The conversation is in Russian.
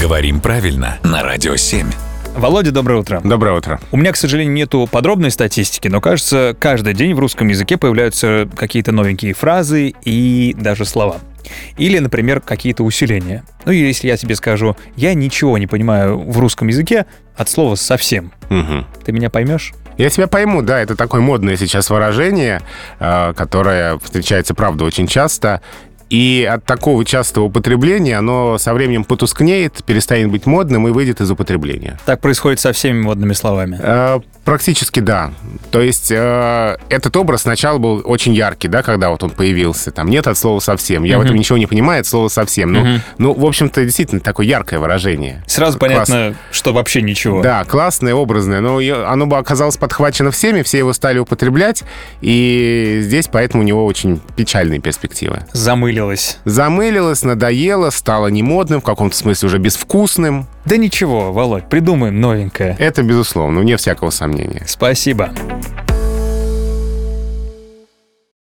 Говорим правильно на Радио 7. Володя, доброе утро. Доброе утро. У меня, к сожалению, нету подробной статистики, но кажется, каждый день в русском языке появляются какие-то новенькие фразы и даже слова. Или, например, какие-то усиления. Ну, если я тебе скажу, я ничего не понимаю в русском языке от слова совсем. Мгм. Ты меня поймешь? Я тебя пойму, да, это такое модное сейчас выражение, э, которое встречается, правда, очень часто. И от такого частого употребления оно со временем потускнеет, перестанет быть модным и выйдет из употребления. Так происходит со всеми модными словами. Э, Практически да. То есть э, этот образ сначала был очень яркий, да, когда вот он появился. Там нет от слова совсем. Я в этом ничего не понимаю, от слова совсем. Ну, ну, в общем-то, действительно такое яркое выражение. Сразу Класс. понятно, что вообще ничего. Да, классное, образное, но е- оно бы оказалось подхвачено всеми, все его стали употреблять, и здесь поэтому у него очень печальные перспективы. Замылилось. Замылилось, надоело, стало немодным, в каком-то смысле уже безвкусным. Да ничего, Володь, придумаем новенькое. Это безусловно, вне всякого сомнения. Спасибо.